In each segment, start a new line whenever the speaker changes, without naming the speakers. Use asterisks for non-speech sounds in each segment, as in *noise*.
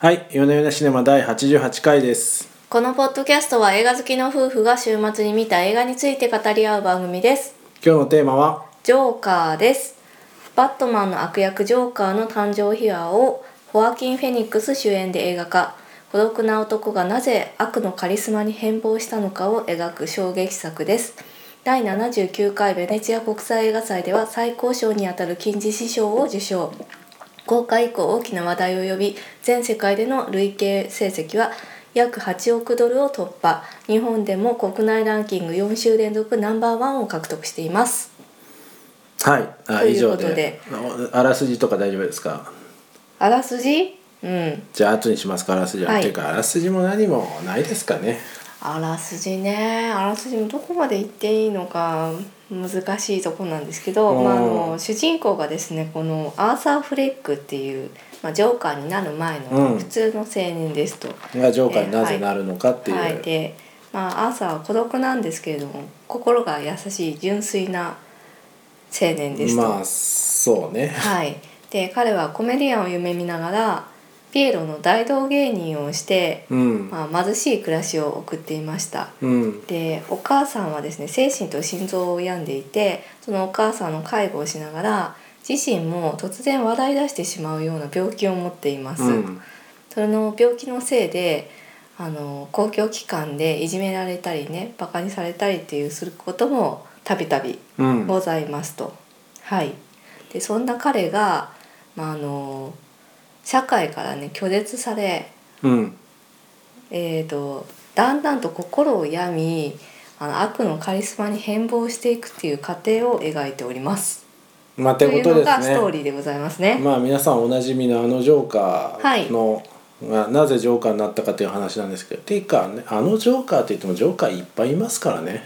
はい、夜な夜なシネマ第88回です。
このポッドキャストは映画好きの夫婦が週末に見た映画について語り合う番組です
今日のテーマは、
ジョーカーですバットマンの悪役ジョーカーの誕生秘話をホアキン・フェニックス主演で映画化孤独な男がなぜ悪のカリスマに変貌したのかを描く衝撃作です第79回ベネチア国際映画祭では最高賞にあたる金獅子賞を受賞公開以降大きな話題を呼び全世界での累計成績は約8億ドルを突破日本でも国内ランキング4週連続ナンバーワンを獲得しています
はい、あ
と
以
いう
上
こと
で
で
ああらすじとか大丈夫ですか
あらすじうん
じゃあ後にしますか、あらすじは。
はい
というか、あらすじも何もないですかね。
あらすじねあらすじもどこまで言っていいのか難しいとこなんですけど、
うん
まあ、あの主人公がですねこのアーサー・フレックっていう、まあ、ジョーカーになる前
う
の
ん
普通の青年ですと。
がジョーカーにな
え
ぜ
ー
なるのかっていう。
はい、で、まあ、アーサーは孤独なんですけれども心が優しい純粋な青年ですと。
まあ、そうね。
はい、で彼はコメディアンを夢見ながらピエロの大道芸人をして、
うん。
まあ、貧しい暮らしを送っていました。
うん。
でお母さんはですね精神と心臓を病んでいてそのお母さんの介護をしながら自身も突然笑い出してしまうような病気を持っています、
うん。
その病気のせいであの公共機関でいじめられたりねバカにされたりっていうすることもたびたび
うん。
ございますと、はいでそんな彼が、まあ、あの社会からね拒絶され
うん。
えー、とだんだんと心を病みあの悪のカリスマに変貌していくっていう過程を描いております。
まあ、っ
と
てこ
いう
と
の
で
が
す
ストー
ね。
リーでございますね。
まあ、皆さんおなじみのあのジョーカーの、がなぜジョーカーになったかという話なんですけどていうか、ね、あのジョーカーって言ってもジョーカーいっぱいいますからね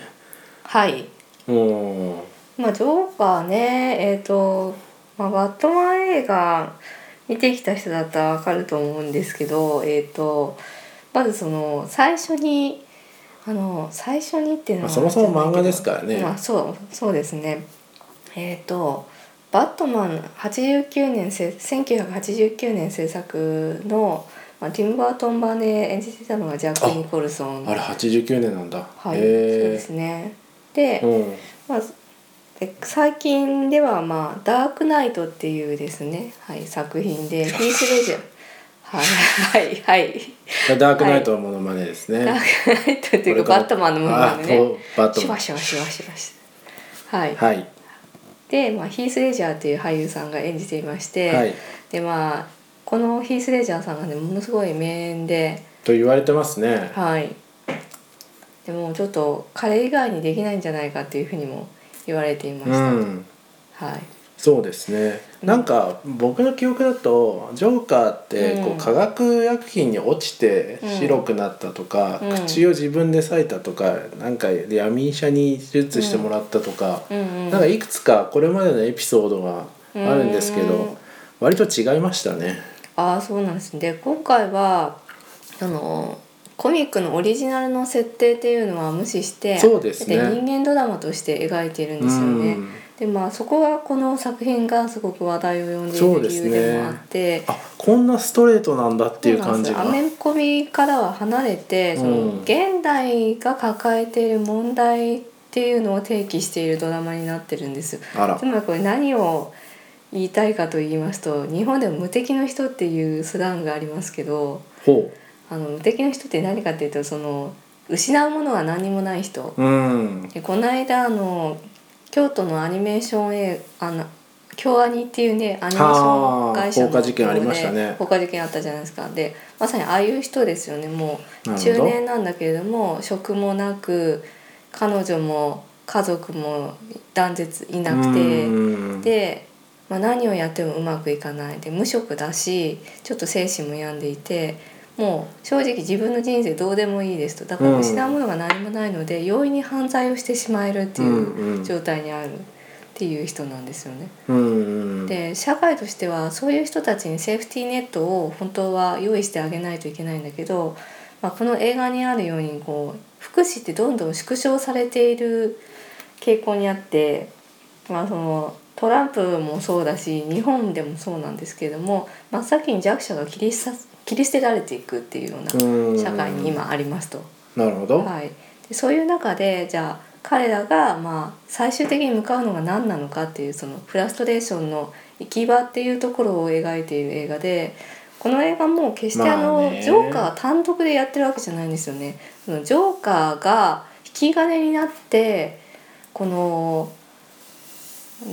はい、
うん
まあ、ジョーカーねえー、と、まあ、バットマン映画見てきた人だったらわかると思うんですけど、えー、とまずその最初にあの最初にっていうの
まあ、
は
そもそも漫画ですからね、
まあそうそうですね。えっ、とバットマン89年せ1989年制作の、まあ、ティム・バートン版で演じてたのがジャック・ニコルソン
あれ89年なんだ、
はい、そうで
へ
すね。で,、
え、うん、
まあ、で最近では、まあ「ダークナイト」っていうですね、はい、作品でヒース・レジャーはいはいはい
ダークナイトのモノマネですね、
ダークナイトっていうかバットマンのもので
あ
ね
とバット
シュ
マン
ワシュワシュワシュワシュはい
はい
で、まあ、ヒース・レジャーという俳優さんが演じていまして、
はい
でまあこのヒース・レジャーさんがねものすごい名演で
と言われてますね
はいでもちょっと彼以外にできないんじゃないかっていうふうにも言われていまし
う
た、
ん
はい
そうですね
うん
なんか僕の記憶だとジョーカーってこ
うん
う化学薬品に落ちて
うん
白くなったとか、
うん
口を自分で裂いたとかなんか闇医者に手術してもらったとか、
うんうん
なんかいくつかこれまでのエピソードがあるんですけど、
うん
割と違いましたね。
ああそうなんですねで今回はあのコミックのオリジナルの設定っていうのは無視して
そうですね
で人間ドラマとして描いているんですよね、
うん
でまあそこがこの作品がすごく話題を呼んでい
そう
る
で
理
す
由
ね
でもあって、
あこんなストレートなんだっていう感じが
そうなんですアメコミからは離れて、そ
うん
の現代が抱えている問題っていうのを提起しているドラマになってるんです
あら
つまりこれ何を言いたいかと言いますと日本でも無敵の人っていうスラングがありますけど
ほ
あの無敵の人って何かっていうとその失うものが何もない人、
ううん
でこの間あの京都のアニメーション映画あの京アニっていうねアニメーション会社の
あー放火事件ありましたね
放火事件あったじゃないですかでまさにああいう人ですよねも
な
う
るほど
中年なんだけれども職もなく彼女も家族も断絶いなくて
うん
で、まあ、何をやってもうまくいかないで無職だしちょっと精神も病んでいてもう正直自分の人生どうでもいいですとだか
うん
ら失うものが何もないので、容易に犯罪をしてしまえるって
ん
いううんう状態にあるっていう人なんですよね。
うん
で社会としてはそういう人たちにセーフティーネットを本当は用意してあげないといけないんだけど、まあ、この映画にあるようにこう福祉ってどんどん縮小されている傾向にあって、まあ、そのトランプもそうだし日本でもそうなんですけれども真っ先に弱者が切りさ切切り捨てられていくっていうような
うん
社会に今ありますと。
なるほど、
はい、でそういう中でじゃあ彼らがまあ最終的に向かうのが何なのかっていうそのフラストレーションの行き場っていうところを描いている映画でこの映画も決してあ
まあ
の
ね
ジョーカー単独でやってるわけじゃないんですよね。そのジョーカーが引き金になってこの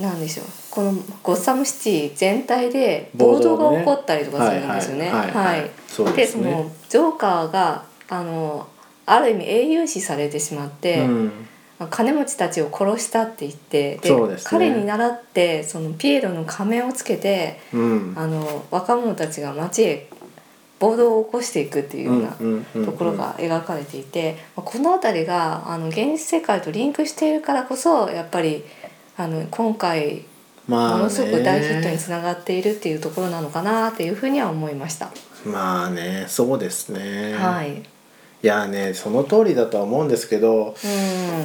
なんでしょうこのゴッサムシティ全体で暴動が起こったりとかするんですよ
は
ね。
いはいはいはい
はい
そう
で
です
そ
ね
のジョーカーがあのある意味英雄視されてしまって、
うん、
金持ちたちを殺したって言ってで
そうですね
彼に倣ってそのピエロの仮面をつけて
うん、
あの若者たちが街へ暴動を起こしていくっていうようなところが描かれていて、まあこの辺りがあの現実世界とリンクしているからこそやっぱりあの今回ものすごく大ヒットにつながっているっていうところなのかなっていうふうには思いました。
まあねそうですね、
はい、うん
いやねその通りだとは思うんですけど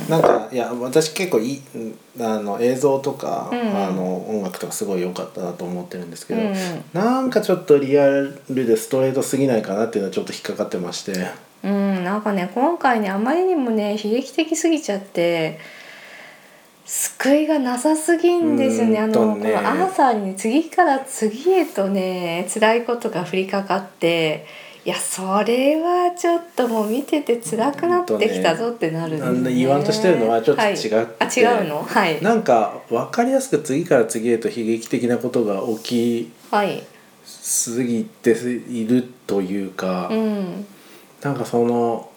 なんかいや私結構いいうんあの映像とか、
うん
あの音楽とかすごい良かったなと思ってるんですけど、
うん
なんかちょっとリアルでストレートすぎないかなっていうのはちょっと引っかかってまして
うん、なんかね今回ねあまりにもね悲劇的すぎちゃって救いがなさすぎんですよね
う
あ
ん
の
とね
このアーサーに、ね、次から次へとね辛いことが降りかかっていやそれはちょっともう見てて辛くなってきたぞってなるんです
あの言わんとしてるのはちょっと違って
はいあ違うのはい
なんか分かりやすく次から次へと悲劇的なことが起き
はい
すぎているというか、
うん
なんかその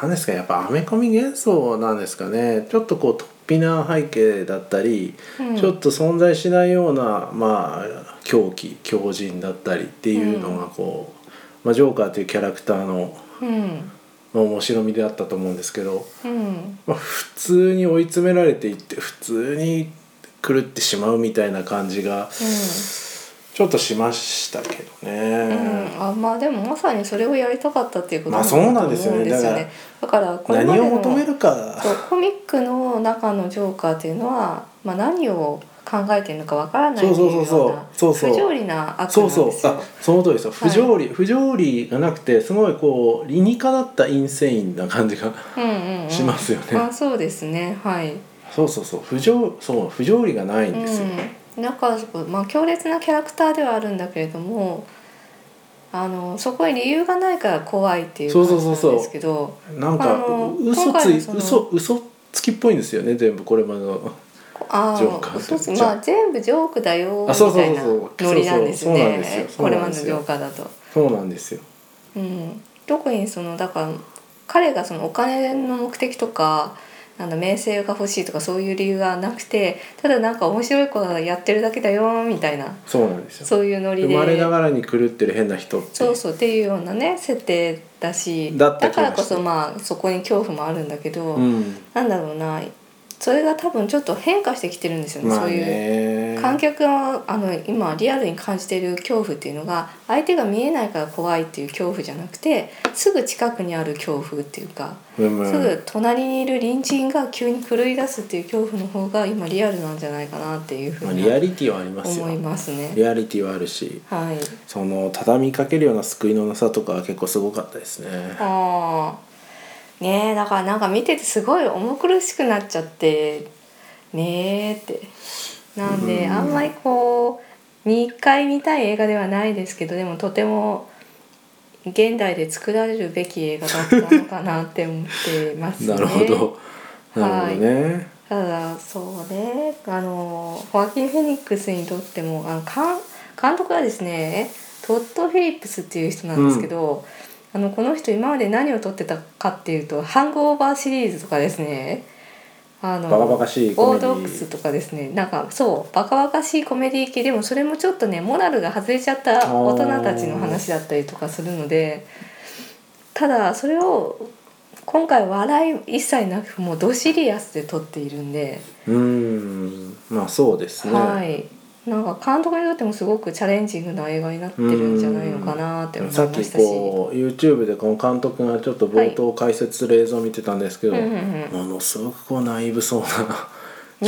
なんですかやっぱアメコミ幻想なんですかねちょっとこう突飛な背景だったり、
うん
ちょっと存在しないようなまあ狂気狂人だったりっていうのがこう、まあ、ジョーカーというキャラクターの
うん
の面白みであったと思うんですけど、
うん
まあ、普通に追い詰められていって普通に狂ってしまうみたいな感じがちょっとしましたけど
う
ね。
ん、あまあでもまさにそれをやりたかったっていうこと
まあそうなんですよね
だと思うん
だか
だからこれま
何
で
を
の
求めるか
そうコミックの中のジョーカーっていうのは、まあ、何を考えてるのかわからないっていうよ
そうそう
うな
そうそうそう
不条理な悪なんです
そ
よ
うそうあその通りですよ不条理、不条理がなくてすごいこう理にかなったインセインな感じが
うんうんうん、
しますよね、
あそうですねはい、
そうそうそう不条そう不条理がないんですよ、
うん、だからそこ、まあ、強烈なキャラクターではあるんだけれどもあのそこに理由がないから怖いっていう
そ
感
う
じ
そう
な
そう
んで
そう
すけど
なんか
あの
嘘
今
つ
回の
い
その
嘘嘘つきっぽいんですよね全部これまでの
あ
ジョーカー
あ
って
そうそう
じゃあ
まあ全部ジョークだよ
あそう
み
そう
た
そそう
いうなノリなんです
そ
よ
うそうなんですよ
ね
そう
これ
な
ま
んで
での
す
ジ
よ
ョーカーだと。
そうなんですよ
うん、特にそのだから彼がそのお金の目的とかなんだ名声が欲しいとかそういう理由がなくてただなんか面白いことがやってるだけだよみたいな
そうなんですよ
そういうノリ
生
で
まれながらに狂ってる変な人って
そうそうっていうようなね設定だし
だった気がして
からこそまあそこに恐怖もあるんだけど、
うん
なんだろうなそれが多分ちょっと変化してきてるんですよね,、
まあ
そういう
ね
観客があの今リアルに感じている恐怖っていうのが相手が見えないから怖いっていう恐怖じゃなくてすぐ近くにある恐怖っていうか、
うんうん
すぐ隣にいる隣人が急に狂い出すっていう恐怖の方が今リアルなんじゃないかなっていうふ
ま
う
あ
に
リアリティはありますよ
思いますね。
リアリティはあるし
はい、
その畳みかけるような救いのなさとかは結構すごかったですね
あーねえだからなんか見ててすごい重苦しくなっちゃってねえってなんで
うん
あんまりこう2回見たい映画ではないですけどでもとても現代で作られるべき映画だったのかなって思ってますね。
*laughs* なるほど、なるほどね
ただそうねあのホアキン・フェニックスにとってもあのかん監督はですねトッド・フィリップスっていう人なんですけど、あのこの人今まで何を撮ってたかっていうと「ハングオーバー」シリーズとかですねあの
バカバカしいコ
オ
メ
ー
ディ
ドックスとかですねなんかそうバカバカしいコメディ系でもそれもちょっとねモラルが外れちゃった大人たちの話だったりとかするのでただそれを今回笑い一切なくもうドシリアスで撮っているんで、
うーんまあそうですね、
はいなんか監督にとってもすごくチャレンジングな映画になってるんじゃないのかなって思いま
さっ
した
き
し。
こう YouTube でこの監督がちょっと冒頭解説する映像を見てたんですけど、
うんうんうん
ものすごくこうナイーブそう
*laughs*
なち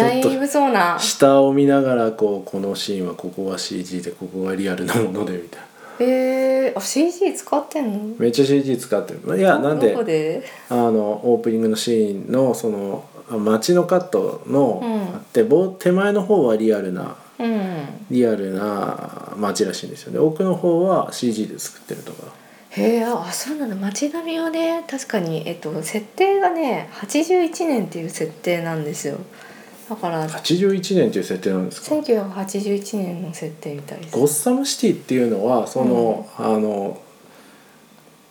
ナ
ょ
イ
っ
ーブそうな
と下を見ながらこうこのシーンはここは CG でここはリアルなものでみたいな
えー、あ CG 使ってんの
めっちゃ CG 使ってるいやなん
ど
で
こで
あのオープニングのシーンのその街のカットの
うん
あって、棒手前の方はリアルな
うん
リアルな街らしいんですよね奥の方は CG で作ってるとか
へえあそうなの街並みはね確かに、えっと、設定がね81年っていう設定なんですよだから
81年という設定なんですか
1981年の設定みたいです
ゴッサムシティっていうのはその、あの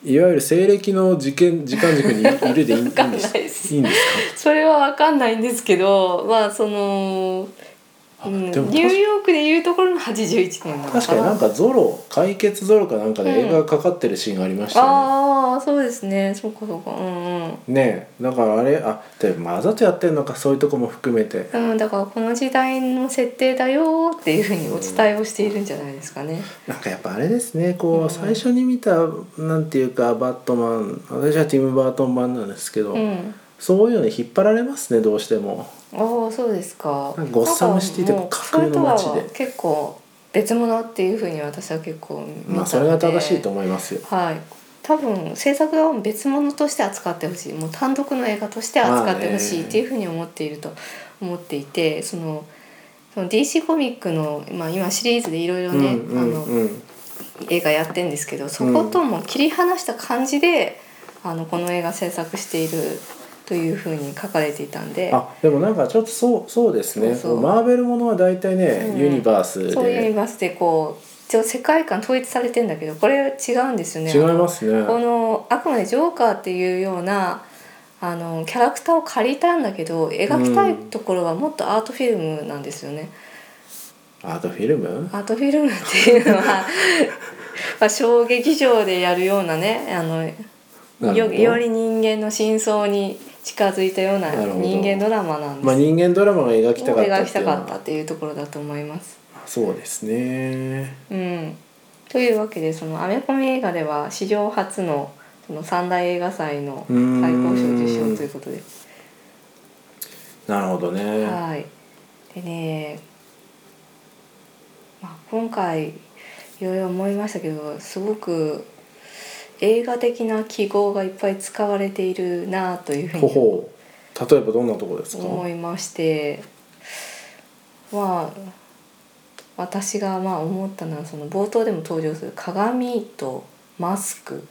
いわゆる西暦の時間時間軸にいるでいいいいん
わかん
で
ないです
すいいんですか
それはわかんないんですけどまあその、うん、ニ
で
ュ
も
ーヨークでいうところの81年なのかな
確かになんかゾロ解決ゾロかなんかで映画がかかってるシーンがありましたよね、
ああそうですねそうかそうかうんうん
ねえだからあれあでもわざとやってんのかそういうとこも含めて
うん、だからこの時代の設定だよーっていうふうにお伝えをしているんじゃないですかね。
なんかやっぱあれですねこう、
うん
最初に見たなんていうかバットマン私はティム・バートン版なんですけど、
うん、
そういうのに引っ張られますねどうしても
ああそうですか。
なんかゴッサムシティでも架空の街で
なんかもうそれとは結構別物っていうふうに私は結構見たので。
まあそれが正しいと思いますよ
はい。多分制作側も別物として扱ってほしいもう単独の映画として扱ってほしい
まあね
っていうふうに思っていると思っていてそのその DC コミックの、まあ、今シリーズでいろいろ
うん
ね、
う
あ
ん
の
うん
映画やってんですけどそことも切り離した感じで、あのこの映画制作しているというふうに書かれていたんで
あでもなんかちょっとそうそうですね
そうそう
マーベルものは大体ね、
うん
ユニバース
そういうユニ
で
バースでこう一応世界観統一されてんだけどこれ違うんですよね。
違いますね
あのこのあくまでジョーカーっていうようなあのキャラクターを借りたんだけど描きたいところはもっとアートフィルムなんですよね。
アートフィルム
アートフィルムっていうの
*laughs*
はまあ小劇場でやるようなねあの
なるほ
よ
ど
より人間の真相に近づいたような
なるほど
人間ドラマなんです、
まあ人間ドラマが描きた
を
かった
描
っ
き
てい
た
うの
かったっ
は
ていうところだと思います。
そうですね
うん、というわけでそのアメコミ映画では史上初のその三大映画祭の
うーん
最高賞受賞ということで。
なるほどね、
はいでね、まあ、今回いろいろ思いましたけどすごく映画的な記号がいっぱい使われているなというふう
ほ
に
ほう例えばどんなとこですか
思いましてまあ私がまあ思ったのはその冒頭でも登場する鏡とマスク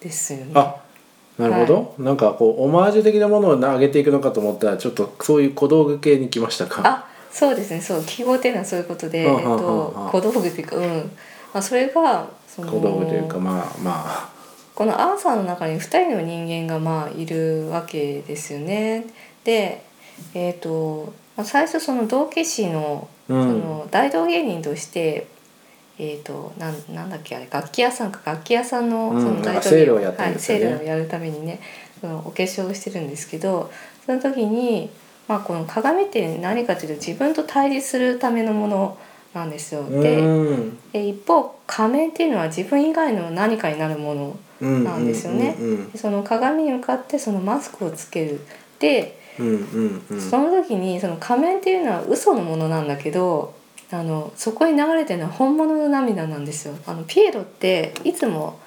ですよね。
あなるほど、なんかこうオマージュ的なものを上げていくのかと思ったらちょっとそういう小道具系に来ましたか
あそうですねそう記号っていうのはそういうことで、えっ
うんうんうんうん
と、小道具っていうか、うんまあ、それがその
小道具というかまあま
このアーサーの中に2人の人間がまあいるわけですよね。で、えーとまあ、最初その道化師の
あう
そ
ん
の大道芸人として、えー、となんなんだっけあれ楽器屋さんか楽器屋さんの
うん
その
なん
大
か
道
セー
芸
ルをやって
は
るん
い
ですよ
セ
ね
ールをやるためにねそのお化粧をしてるんですけどその時に、まあ、この鏡って何かというと自分と対峙するためのものなんですよ。で
うん
で一方仮面っていうのは自分以外の何かになるもの
うん
なんですよね
うんうん
でその鏡に向かってそのマスクをつけるで
うんうんうん
その時にその仮面っていうのは嘘のものなんだけどあのそこに流れてるのは本物の涙なんですよあのピエロっていつも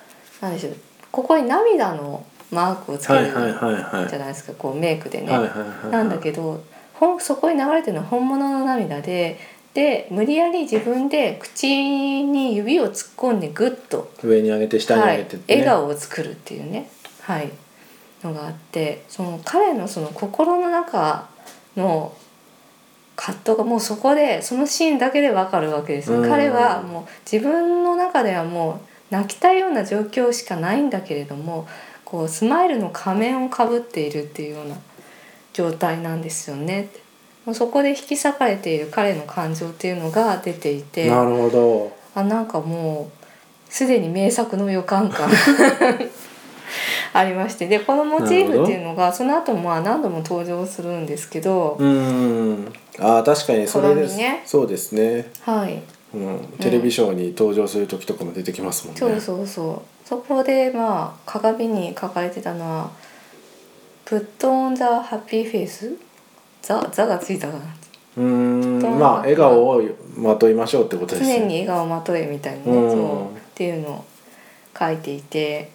なんでしょうここに涙のマークをつけ
は
る
い
じ
はいはいはい
ゃないですかこうメイクでね。
はいはいはいはい
なんだけどほんそこに流れてるのは本物の涙でで無理やり自分で口に指を突っ込んでグッと
上に上げて下に上げてって
はい、笑
ね
顔を作るっていうね、はい、のがあってその彼のその心の中の葛藤がもうそこでそのシーンだけでわかるわけですよ
うん
彼はもう自分の中ではもう泣きたいような状況しかないんだけれどもこうスマイルの仮面をかぶっているっていうような状態なんですよね。もうそこで引き裂かれている彼の感情っていうのが出ていて。
なるほど
あなんかもうすでに名作の予感感ありましてでこのモチーフっていうのがその後もまあ何度も登場するんですけど、
うんあー確かにそれです、
鏡ね
そうですね、
はい
うん、テレビショーに登場する時とかも出てきますもんね、
そうそうそうそこでまあ鏡に書かれてたのは「Put on the happy face」ザ「ザ」がついたかな
うーん
と
まあ笑顔をまといましょうってことです
常
よ
に笑顔をまとえみたいなね、
うん
そうっていうのを書いていて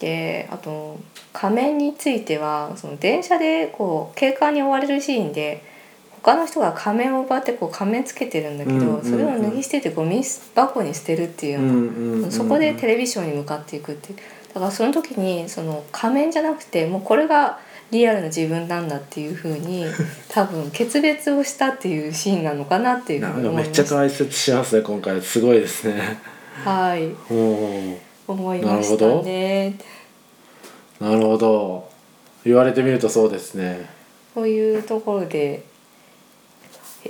であと仮面についてはその電車でこう警官に追われるシーンで他の人が仮面を奪ってこう仮面つけてるんだけど、
うんうんうん
それを脱ぎ捨ててゴミ箱に捨てるっていうよう
うんう
な
んうんうん
そこでテレビショーに向かっていくっていうだからその時にその仮面じゃなくてもうこれがリアルな自分なんだっていうふう
*laughs*
に多分決別をしたっていうシーンなのかなっていう
な
ふうんに
か
思
め
い
っ
ま
ちゃ
した。
解説しますね今回すごいですね
はい
うん
思い
な
ま
るほ
した
ど
ね。
なるほど言われてみるとそうですね
こういうところで、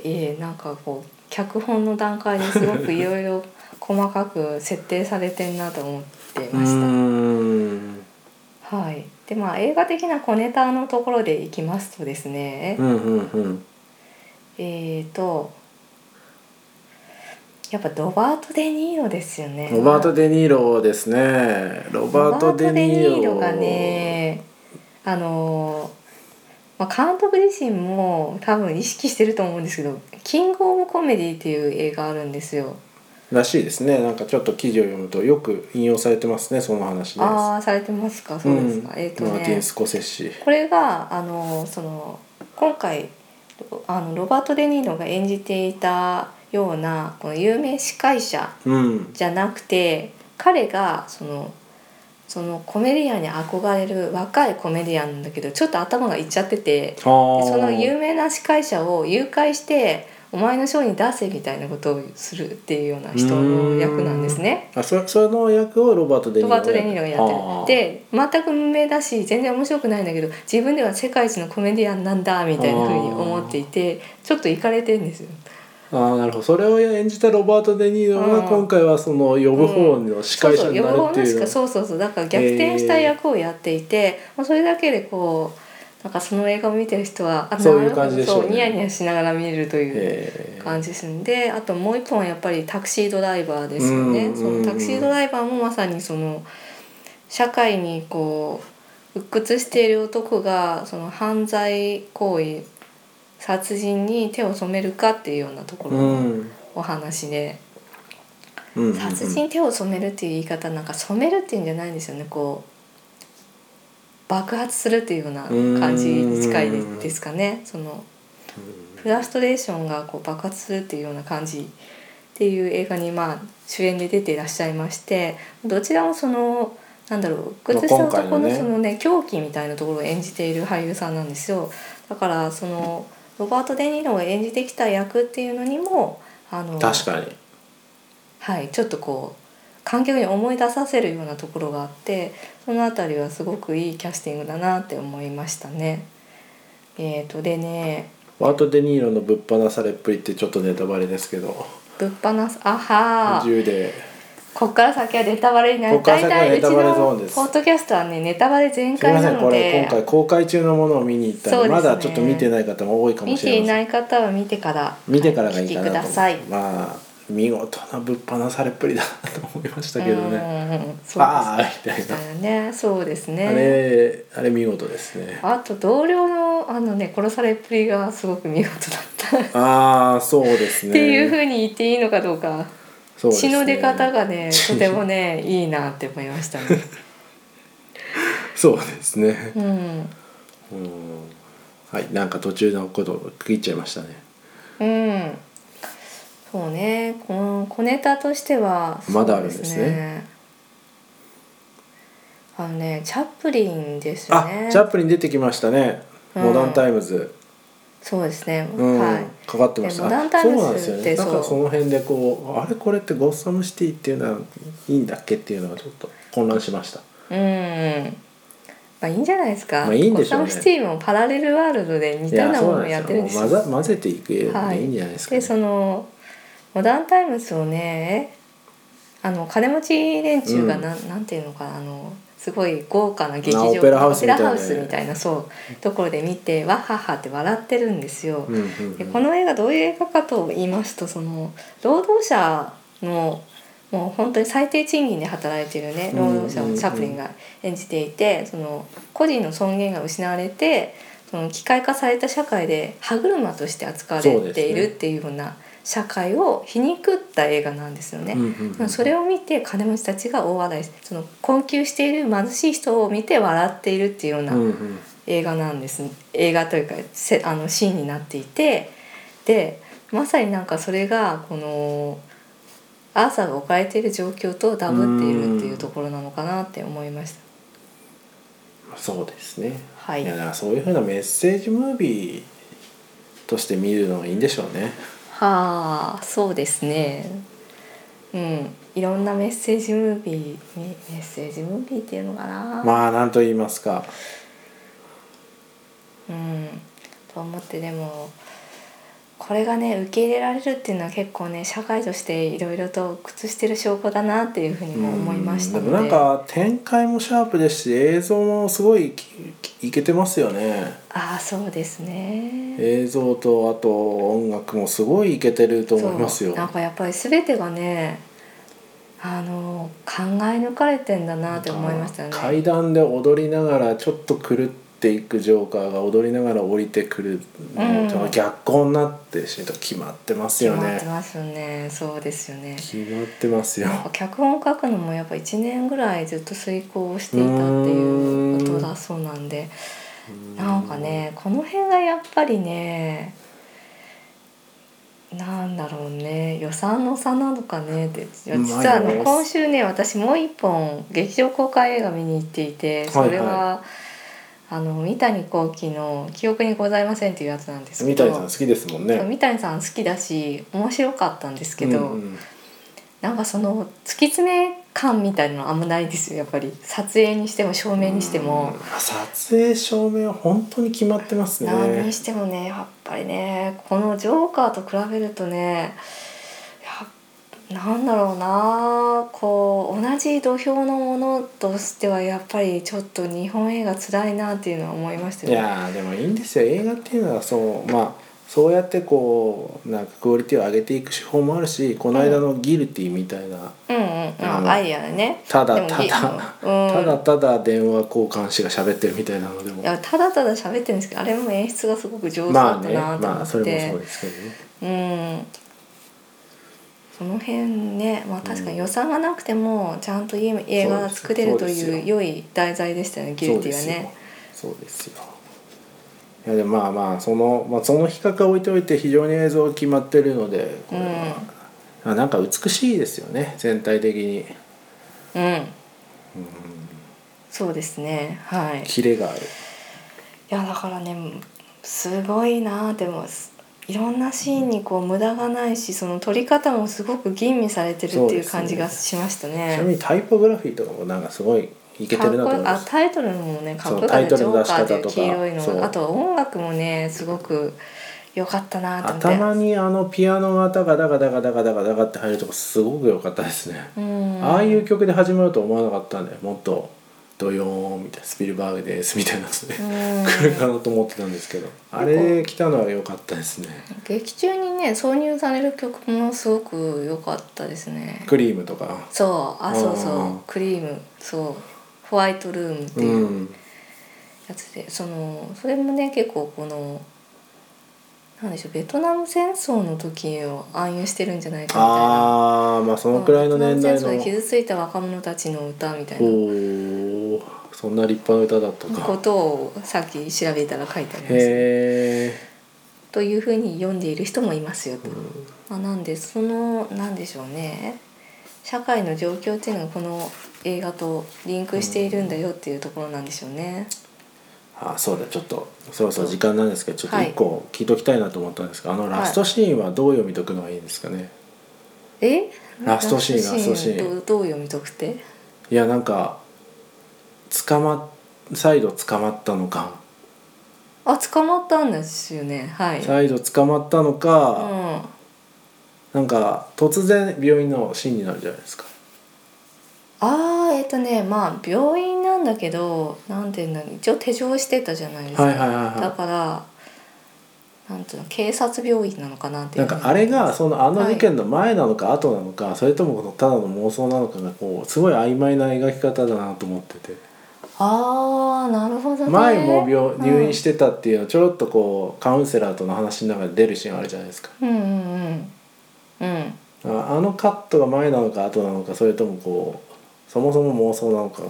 えー、なんかこう脚本の段階ですごくいろいろ細かく設定されてんなと思って
う
ました。
ーん
はい、でまあ映画的な小ネタのところでいきますとですね、
うんうんうん
えーとやっぱロバート・デ・ニーロですよね
ロバート・デ・ニーロですねロ
ロバ
バ
ー
ー
ト
ト・
デ
デ・
ニ
ニ
ー
ー
ロ
ロ
がねあのー、まあ、監督自身も多分意識してると思うんですけど「キング・オブ・コメディ」っていう映画あるんですよ。
らしいですねなんかちょっと記事を読むとよく引用されてますねその話です
ああされてますかそうです
ん
か、えっ、と
マーティ
ね
ン・スコセッシ
これがあのその今回あのロバート・デ・ニーロが演じていたようなこの有名司会者
うん
じゃなくて彼がそのそのコメディアンに憧れる若いコメディアンなんだけどちょっと頭がいっちゃってて
そ
でその有名な司会者を誘拐してお前のショーに出せみたいなことをするっていうような人の役なんですね。
あそその役をロバート・デ・
ロ
ニーロ
バート・デ・ニーロがやって
る
るで全く無名だし全然面白くないんだけど自分では世界一のコメディアンなんだみたいな風に思っていてちょっといかれてんですよ
あーあーなるほどそれを演じたロバート・デ・ニーロが
うん
今回はその呼ぶ方の司会者になるっていう
そうそう呼ぶ方のしか
の
そうそうそうだから逆転した役をやっていて、まあそれだけでこうなんかその映画を見てる人はあ
そういう
なるほど
感じでしょうね
そうニヤニヤしながら見れるという
えー
感じですんであともう一本はやっぱりタクシードライバーですよね、
うん
そのタクシードライバーもまさにその社会にこう鬱屈している男がその犯罪行為殺人に手を染めるかっていうようなところ
う
の
ん
お話で、
うん
殺人に手を染めるっていう言い方なんか染めるっていうんじゃないんですよねこう爆発するっていうような感じに近いですかねそのフラストレーションがこう爆発するっていうような感じっていう映画にまあ主演で出ていらっしゃいましてどちらもそのなんだろう
まあ
靴下男
今回の
の
ね
そのね狂気みたいなところを演じている俳優さんなんですよだからそのロバート・デ・ニーロが演じてきた役っていうのにもあの
確かに
はい、ちょっとこう観客に思い出させるようなところがあってそのあたりはすごくいいキャスティングだなって思いましたね。えー、とでね
ロバート・デ・ニーロのぶっ放されっぷりってちょっとネタバレですけど
ぶっ放すあはー
銃で
こっから先はネタバレにな
こ
る
っから
大
先は
体う
ネ
ち
タバレゾー
の
ンです
ポッドキャストはねネタバレ全
すみ
開
ませ
なんの
これ
で
今回公開中のものを見に行ったんで
そうです
ま
ね
だちょっと見てない方も多いかも
見
してれ
い
ません
ない方は見てから
見てからがいいかな
聞てくだ
と
さい。
まあ見事なぶっ放されっぷりだなと思いましたけどね
うんうんそう
ああみた
です
いな
みたいなねそうですね。
あれあれ見事ですね
あと同僚のあのね殺されっぷりがすごく見事だった。
ああそうですね
っていうふうに言っていいのかどうか
そうです
血
ね
の出方
*laughs*
がねとてもねいいなって思いましたね。
そうですね
うん
うんはいなんか途中のこと区切っちゃいましたね
うん、そうねこの小ネタとしては
まだあるんですね
そうあのねチャップリンですよ
あ
ね
チャップリン出てきましたね
うん
モダンタイムズ
そうですね、
うん、
はい
かかってました
でモダン
あ
タイムズ
そうなんですよ
って
ね
そ
な
うん
かその辺でこうあれこれってゴッサムシティっていうのはいいんだっけっていうのがちょっと混乱しました
うんまあいいんじゃないですか、
まあいいんでしょうね
ゴッサムシティもパラレルワールドで似たようなものをやってるんで
い
すよ
やそうなんですよもう混ざ混ぜていくでい
はい
いんじゃないですか、ね
でそのモダンタイムズをねあの金持ち連中がなん、なんていうのかなあのすごい豪華な劇場
あオペラハウスみたいなね
オペラハウスみたいなそうところで見てわっはっはって笑ってるんですよ。
うんうんうん
でこの映画どういう映画かと言いますとその労働者のもう本当に最低賃金で働いているね労働者
うんうんう
を
ん
チャップリンが演じていてその個人の尊厳が失われてその機械化された社会で歯車として扱われているっていうような社会を皮肉った映画なんですよね。
うんうんうん
それを見て金持ちたちが大笑いその困窮している貧しい人を見て笑っているっていうような
うんうん
映画なんです、映画というかせあのシーンになっていてでまさになんかそれがこのアーサーが置かれている状況とダブっているっていうところなのかなって思いました。
そうですね、
はい
やだからそういうふうなメッセージムービーとして見るのがいいんでしょうね
はあそうですねうんいろんなメッセージムービーにメッセージムービーっていうのかな、
まあなんと言いますか
うんと思ってでもこれがね受け入れられるっていうのは結構ね社会としていろいろと屈してる証拠だなっていうふうにも思いました
うん
の
で
で
もなんか展開もシャープですし映像もすごいききいけてますよね
ああそうですね
映像とあと音楽もすごいいけてると思いますよ
そうなんかやっぱり全てがねあの考え抜かれてんだなって思いましたよね
階段で踊りながらちょっと狂っていくジョーカーが踊りながら降りてくる、
うん
その逆光になってるし決まってますよ
決まって
ね
ますよねそうですよね
決まってますよ
やっぱ脚本を書くのもやっぱ1年ぐらいずっと遂行をしていたっていうことだそうなんでなんかねこの辺がやっぱりねなんだろうね予算の差なのかねっていや
うん
実はあ
まあいいで
の
す
今週ね私もう一本劇場公開映画見に行っていてそれは、
はい
あの三谷幸喜の「記憶にございません」っていうやつなんです
三
けど
谷さん好きですもんね
そう三谷さん好きだし面白かったんですけど。
うんうん
なんかその突き詰め感みたいなのあんまないですよやっぱり撮影にしても照明にしても
うん、撮影照明は本当に決まってますね
何にしてもねやっぱりねこの「ジョーカー」と比べるとねやっなんだろうなこう同じ土俵のものとしてはやっぱりちょっと日本映画辛いなっていうのは思いました
いやーでもいいんですよ映画っていうのはそうまあそうやってこうなんかクオリティを上げていく手法もあるしこの間の「ギルティ」みたいな、
うんうん
あ
うん
の
アイデアでね
ただ
でも
た
ぎ
だ、
うん
ただただ電話交換士が喋ってるみたいなのでも
いやただただ喋ってるんですけどあれも演出がすごく上手だ
まあ
った
ね
なと
ま
思
あ
っ
それも
て
そうですけどね
うんその辺ね、まあ、確かに予算がなくてもちゃんといい映画が作れる
そ
と
うです
いう良い題材でしたよねギ
そ
ル
う
テ
で
ィは
すよ
ね。
そうですよいやでもまあまあその,、まあ、その比較は置いておいて非常に映像が決まってるのでこれは、あなんか美しいですよね全体的に
うん、そうですねはいい
キレがある
やだからねすごいなでもいろんなシーンにこう無駄がないしその撮り方もすごく吟味されてる
そう
ってい
で
う
すね
感じがしました
ちなみ
ね。
にタイポグラフィーとかもなんかすごいいけて
かっ
るなと
こ
思
よ
いま
あ
す
タイトルもねかっこ
そ
よ
う
かっ
タイ
た「
ト
ジ
ル
ョ
の
ー
出し
カー」
方
っ
と
てい
か
う黄色い
そう
のあと音楽もねすごく良かったなと思って。
頭にあのピアノがダカダカダカダカダカダカって入るとこすごく良かったですね、
うん
ああいう曲で始まると思わなかったんでもっとドヨーンみたいなスピルバーグですみたいなやつで、
うん
来るかなと思ってたんですけどあれ来たのは良かったですね
劇中にね挿入される曲もすごく良かったですね
クリームとか
そうあそう
う
そ
ん
うクリームそうホワイトルームって
う
いうんやつで、そのそれもね結構このなんでしょうベトナム戦争の時を暗喩してるんじゃないかみたいな
ああまあそのくらいの年代
そうベトナム
の
戦争で傷ついた若者たちの歌みたいな
おおそんな立派な歌だった
こ
か
とをさっき調べたら書いてあります
へえ
というふうに読んでいる人もいますよと、まあ、なんでそのなんでしょうね社会の状況っていうのがこの映画とリンクしているんだよっていうところなんでしょうね。
あそうだちょっとそろそろ時間なんですけどちょっと
はい
一個聞いときたいなと思ったんですが、あのラストシーンはどう読み解くのがいいんですかね、
え
ラストシーンラストシーン
どうどう読み解くって
い、やなんか捕ま再度捕まったのか
あ捕まったんですよねはい。うん、
再度捕まったのか、
あ
なんか突然病院のシーンになるじゃないですか
あーえっ、とねまあ病院なんだけどなんていうんだろう一応手錠してたじゃないですか。
はいはいはい
だ
は
からなんていうの警察病院なのかなって
い
い
な
うん
かあれがそのあの事件の前なのか後なのか、それともこのただの妄想なのかがこうすごい曖昧な描き方だなと思ってて
ああなるほどね
前も病入院しててたっていうのちょろっとこうカウンセラーとの話の中で出るシーンあるじゃないですか
うんうんうんうん
ああのカットが前なのか後なのかそれともこうそもそも妄想なのか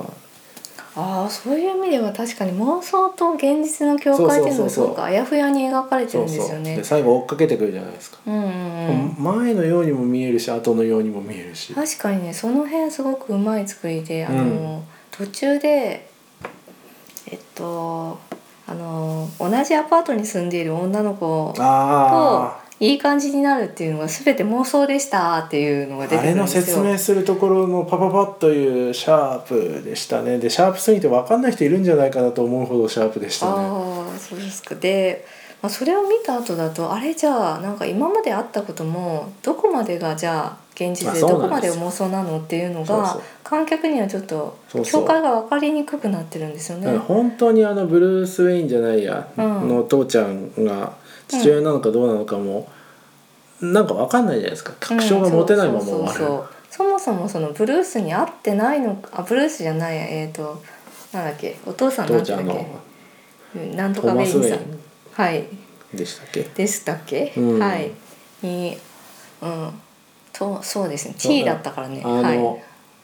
ああそういう意味では確かに妄想と現実の境界っていうのがすごくあやふやに描かれてるんですよね
で。最後追っかけてくるじゃないですか、
うんうんうん
前のようにも見えるし後のようにも見えるし、
確かにねその辺すごくうまい作りであの、
うん
途中でえっとあの同じアパートに住んでいる女の子と
あ
いい感じになるっていうのが全て妄想でしたっていうのが
あ
出
あ
て
れ
くるん
の
です
説
よ。
明するところのパパパッというシャープでしたねでシャープすぎて分かんない人いるんじゃないかなと思うほどシャープでしたね
ああそうですかで、まあ、それを見た後だとあれじゃあなんか今まであったこともどこまでがじゃあ
ま
現実
あ
で
そう
ど
な
こ
ん
ま
で
です
よ
妄想なのっていうの
そう
が
そう
観客にはちょっと
そうそう
境界が分かりにくくなってるんですよね。
だから本当にあのブルース・ウェインじゃないや、
うん
の父ちゃんが父親なのかどうなのかも、なんか分かんないじゃないですか確証が持てないまま終わる、
うんそうそうそうそもそもそのブルースに合ってないのあブルースじゃないえっ、となんだっけお父さんなん
父ち
だ
ゃ
っ
んの
けうんなんと
トー
かベ
マ
イ
ス・
ン
ウ
さ
ェ
ん
イン
はい
でしたっけ
でしたっけ、
うん
はいにうんとそうですね
そうだ
T だったからね
あ
はい
の、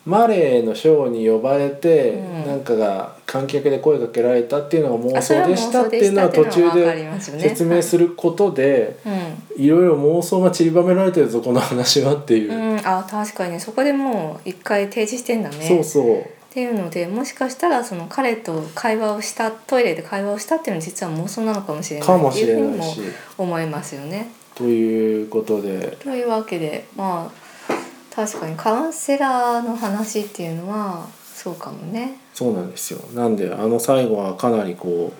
マレーのショーに呼ばれて、
うん
なんかが観客で声かけられたっていうのが妄
あそれ
想
は
でしたっていうのは
妄想
途
でした
中
っていうのはわかり
で
ますよね
説明することで、
はい
い、ろいろ妄想が散りばめられてるぞこの話はっていう、
うん、うん、あ確かにねそこでもう一回提示してんだね
そうそう
っていうのでもしかしたらその彼と会話をしたトイレで会話をしたっていうのは実は妄想なのかもしれない
かもしれ
っていうふうに
ない
も
し
思いますよね。
ということで
というわけでまあ確かにカウンセラーの話っていうのはそうかもね。
そうなんですよなんであの最後はかなりこ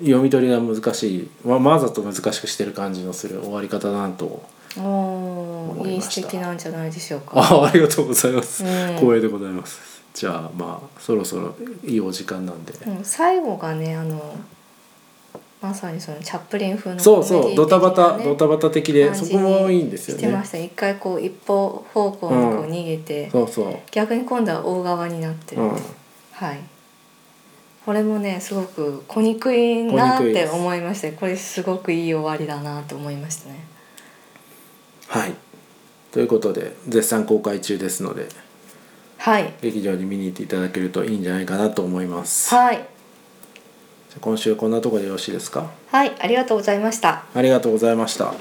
う読み取りが難しいわわざと難しくしてる感じのする終わり方だなと
おー
思い
いい
ました
指摘なんじゃないでしょうか。
あありがとうございます、
うん
光栄でございますじゃあまあそろそろいいお時間なんで、
うん、最後がねあのまさにそのチャップリン風の
そうそう
コメデ
ド
ィ
タバ
的な
タ、
ね
ドタバタ的でそこもいいんですよ
してま
ね
した一回こう一方方向にこう逃げて、
そうそ
逆に今度は大側になって
う、
る、
うん、
はいこれもねすごく小憎いなっ
小憎いで
て
す
思いましてこれすごくいい終わりだなと思いましたね
はいということで絶賛公開中ですので
はい
劇場に見に行っていただけるといいんじゃないかなと思います、
はい
じゃあ今週こんなところでよろしいですか
はいありがとうございました
ありがとうございました